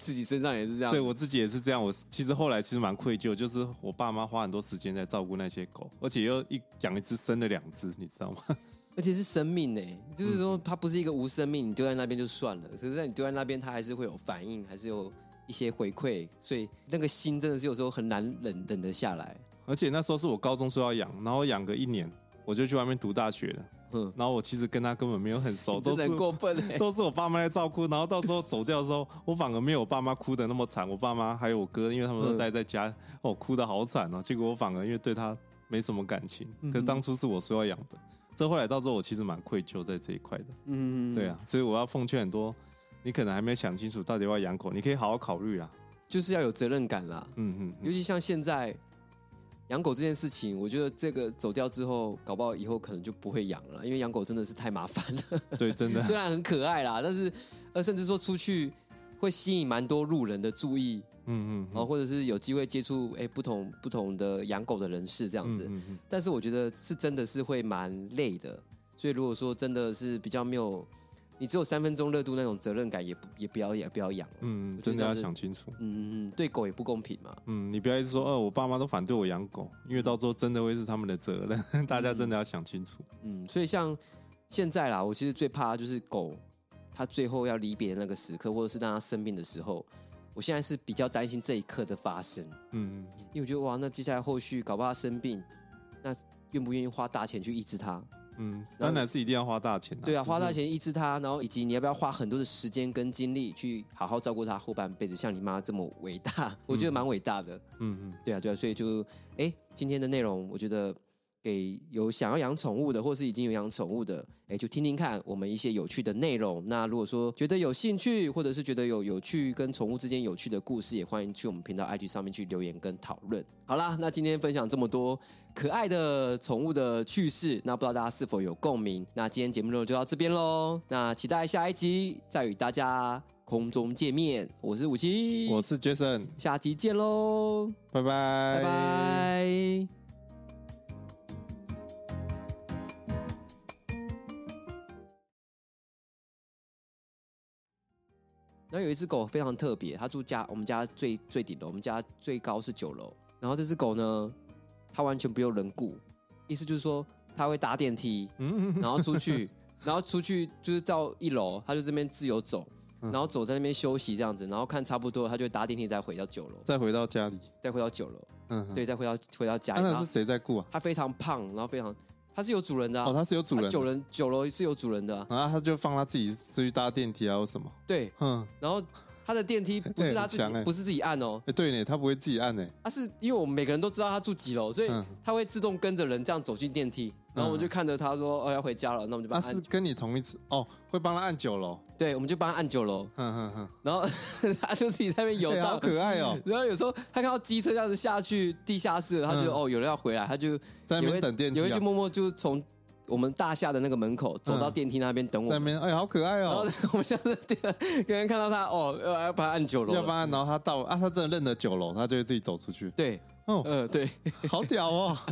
Speaker 2: 自己身上也是这样。
Speaker 1: 对我自己也是这样。我其实后来其实蛮愧疚，就是我爸妈花很多时间在照顾那些狗，而且又一养一只生了两只，你知道吗？ *laughs*
Speaker 2: 而且是生命呢、就是
Speaker 1: 嗯
Speaker 2: 说它不是一个无生命，你丢在那边就算了，可是在你丢在那边，它还是会有反应，还是有一些回馈，所以那个心真的是有时候很难忍忍得下来。
Speaker 1: 而且那时候是我高中说要养，然后养个一年，我就去外面读大学了。
Speaker 2: 嗯，
Speaker 1: 然后我其实跟他根本没有很
Speaker 2: *laughs*
Speaker 1: 熟，
Speaker 2: 真
Speaker 1: 哦都
Speaker 2: 的
Speaker 1: 是
Speaker 2: 很过分
Speaker 1: *laughs*
Speaker 2: 哎、
Speaker 1: 都是我爸妈在照顾，然后到时候走掉的时候，我反而没有我爸妈哭的那么惨。我爸妈还有我哥，因为他们都待在家，哦，哭的好惨
Speaker 2: 嗯
Speaker 1: 哦。结果我反而因为对他没什么感情，可是当初是我说要养的，这后来到时候我其实蛮愧疚在这一块的。
Speaker 2: 嗯，
Speaker 1: 对啊，，所以我要奉劝很多，你可能还没有想清楚到底要不要养狗，你可以好好考虑啊。
Speaker 2: 就是要有责任感啦。
Speaker 1: 嗯嗯
Speaker 2: 尤其像现在养狗这件事情，我觉得这个走掉之后，搞不好以后可能就不会养了，因为养狗真的是太麻烦
Speaker 1: *laughs*
Speaker 2: 了。，
Speaker 1: 嗯，对，真的
Speaker 2: *laughs* 虽然很可爱啦，但是呃，甚至说出去会吸引蛮多路人的注意，
Speaker 1: 嗯嗯
Speaker 2: 然后哦或者是有机会接触哎、不同不同的养狗的人士这样子。
Speaker 1: 嗯嗯
Speaker 2: 但是我觉得是真的是会蛮累的，所以如果说真的是比较没有，你只有三分钟热度那种责任感也不也不要也不要养了。
Speaker 1: 嗯
Speaker 2: 我
Speaker 1: 嗯，
Speaker 2: 觉
Speaker 1: 真
Speaker 2: 得这
Speaker 1: 的
Speaker 2: 样
Speaker 1: 要
Speaker 2: 子
Speaker 1: 想清楚。
Speaker 2: 嗯嗯，嗯，对狗也不公平嘛。
Speaker 1: 嗯，你不要一直说，哦，我爸妈都反对我养狗，因为到时候真的会是他们的责任， *laughs* 大家真的要想清楚。
Speaker 2: 嗯，所以像现在啦，我其实最怕就是狗，它最后要离别的那个时刻，或者是当它生病的时候，我现在是比较担心这一刻的发生，
Speaker 1: 嗯，嗯
Speaker 2: 因为我觉得哇，那接下来后续搞不好它生病，那愿不愿意花大钱去医治它？
Speaker 1: 嗯，当然是一定要花大钱、啊。
Speaker 2: 对啊，
Speaker 1: 只是
Speaker 2: 花大。钱医治它，然后以及你要不要花很多的时间跟精力去好好照顾它后半辈子，像你妈这么伟大， *laughs* 我觉得蛮伟大的。
Speaker 1: 嗯嗯，
Speaker 2: 对啊，对啊，所以就哎，今天的内容我觉得给有想要养宠物的，或是已经有养宠物的，哎，就听听看我们一些有趣的内容。那如果说觉得有兴趣，或者是觉得有有趣跟宠物之间有趣的故事，也欢迎去我们频道 IG 上面去留言跟讨论。好啦，那今天分享这么多可爱的宠物的趣事，那不知道大家是否有共鸣？那今天节目内容就到这边喽，那期待下一集再与大家空中见面。我是武七，
Speaker 1: 嗯我是 Jason，
Speaker 2: 下集见喽。
Speaker 1: 拜拜
Speaker 2: 拜拜。然后有一只狗非常特别，它住家我们家最最顶楼，我们家最高是九楼。然后这只狗呢，它完全不用人顾，意思就是说它会搭电 *laughs* 梯，
Speaker 1: 嗯
Speaker 2: 然后出去，然后出去就是到一楼，它就这边自由走，然后走在那边休息这样子，然后看差不多，它就会搭电梯再回到九楼，
Speaker 1: 再回到家里。
Speaker 2: 再回到九楼。
Speaker 1: 嗯，
Speaker 2: 对，再回到回到家
Speaker 1: 啊。
Speaker 2: 里。然
Speaker 1: 那
Speaker 2: 后
Speaker 1: 是谁在雇啊？
Speaker 2: 它非常胖，然后非常，它是有主人的、啊
Speaker 1: 哦，他是有主人
Speaker 2: 它
Speaker 1: 的，
Speaker 2: 九人九楼是有主人的啊、
Speaker 1: 然后他就放他自己出去搭电梯啊，或什么。
Speaker 2: 对，
Speaker 1: 哼，
Speaker 2: 然后它的
Speaker 1: *laughs*
Speaker 2: 电梯不是它自己、
Speaker 1: 很强欸
Speaker 2: 不是自己按哦，
Speaker 1: 哎，对呢，他不会自己按呢。
Speaker 2: 它是因为我们每个人都知道它住几楼，所以
Speaker 1: 嗯
Speaker 2: 它会自动跟着人这样走进电梯，然后我们就看着它说哦要回家了，那我们就
Speaker 1: 他
Speaker 2: 帮它按，
Speaker 1: 啊是跟你同一次哦，会帮他按九楼。
Speaker 2: 对，我们就帮它按九楼，
Speaker 1: 哼哼哼，*laughs*
Speaker 2: 然后它就自己在那边游
Speaker 1: 哎好
Speaker 2: 荡。
Speaker 1: 可爱
Speaker 2: *laughs*
Speaker 1: 哦，
Speaker 2: 然后有时候它看到机车这样子下去地下室了，它就、
Speaker 1: 嗯
Speaker 2: 哦有人要回来，它就
Speaker 1: 在那
Speaker 2: 也会
Speaker 1: 边等电梯
Speaker 2: 有人
Speaker 1: 啊
Speaker 2: 就，默默就从我们大厦的那个门口走到
Speaker 1: 嗯
Speaker 2: 电梯那边等我
Speaker 1: 在那
Speaker 2: 们。
Speaker 1: 边哎，好可爱
Speaker 2: 然后
Speaker 1: 哦。
Speaker 2: *laughs* 我们下次可能看到他哦，呃，要把他按九楼了，
Speaker 1: 要不然，然后他到啊，他真的认得九楼，他就会自己走出去。
Speaker 2: 对，
Speaker 1: 哦，
Speaker 2: 呃对。
Speaker 1: 好屌哦。
Speaker 2: *laughs*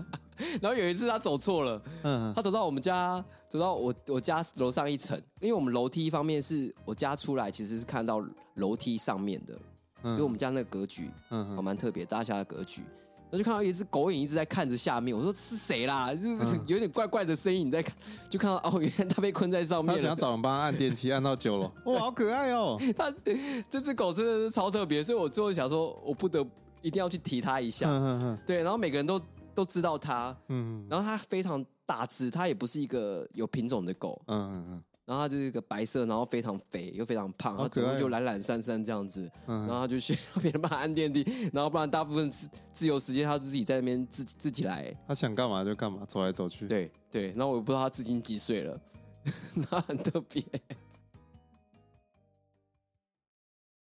Speaker 2: 然后有一次他走错了，
Speaker 1: 嗯，
Speaker 2: 他走到我们家，走到我我家楼上一层，因为我们楼梯方面是我家出来其实是看到楼梯上面的，
Speaker 1: 嗯
Speaker 2: 就我们家那个格局，
Speaker 1: 嗯
Speaker 2: 哦，
Speaker 1: 嗯
Speaker 2: 蛮特别，大厦的格局。然后就看到一只狗影一直在看着下面，我说是谁啦？就是
Speaker 1: 嗯
Speaker 2: *laughs* 有点怪怪的声音，你在看，就看到哦，原来它被困在上
Speaker 1: 他
Speaker 2: 面了
Speaker 1: 想。找人帮他按电梯，按到九楼，哇，好可爱哦。
Speaker 2: 它这只狗真的是超特别，所以我最后想说，我不得一定要去提它一下。
Speaker 1: 嗯嗯嗯
Speaker 2: 对，然后每个人都都知道它，
Speaker 1: 嗯
Speaker 2: 然后它非常大只，它也不是一个有品种的狗，
Speaker 1: 嗯嗯
Speaker 2: 然后它就是一个白色，然后非常肥又非常胖，
Speaker 1: 好
Speaker 2: 它
Speaker 1: 可
Speaker 2: 走
Speaker 1: 爱哦
Speaker 2: 路就懒懒散散这样子，
Speaker 1: 嗯
Speaker 2: 然
Speaker 1: 嗯，
Speaker 2: 后它就需要 *laughs* 别人帮它按电梯，然后不然大部分自自由时间它自己在那边自己自己来，
Speaker 1: 他想干嘛就干嘛，走来走去。
Speaker 2: *laughs* 对对，然后我也不知道它至今几岁了，那很特别。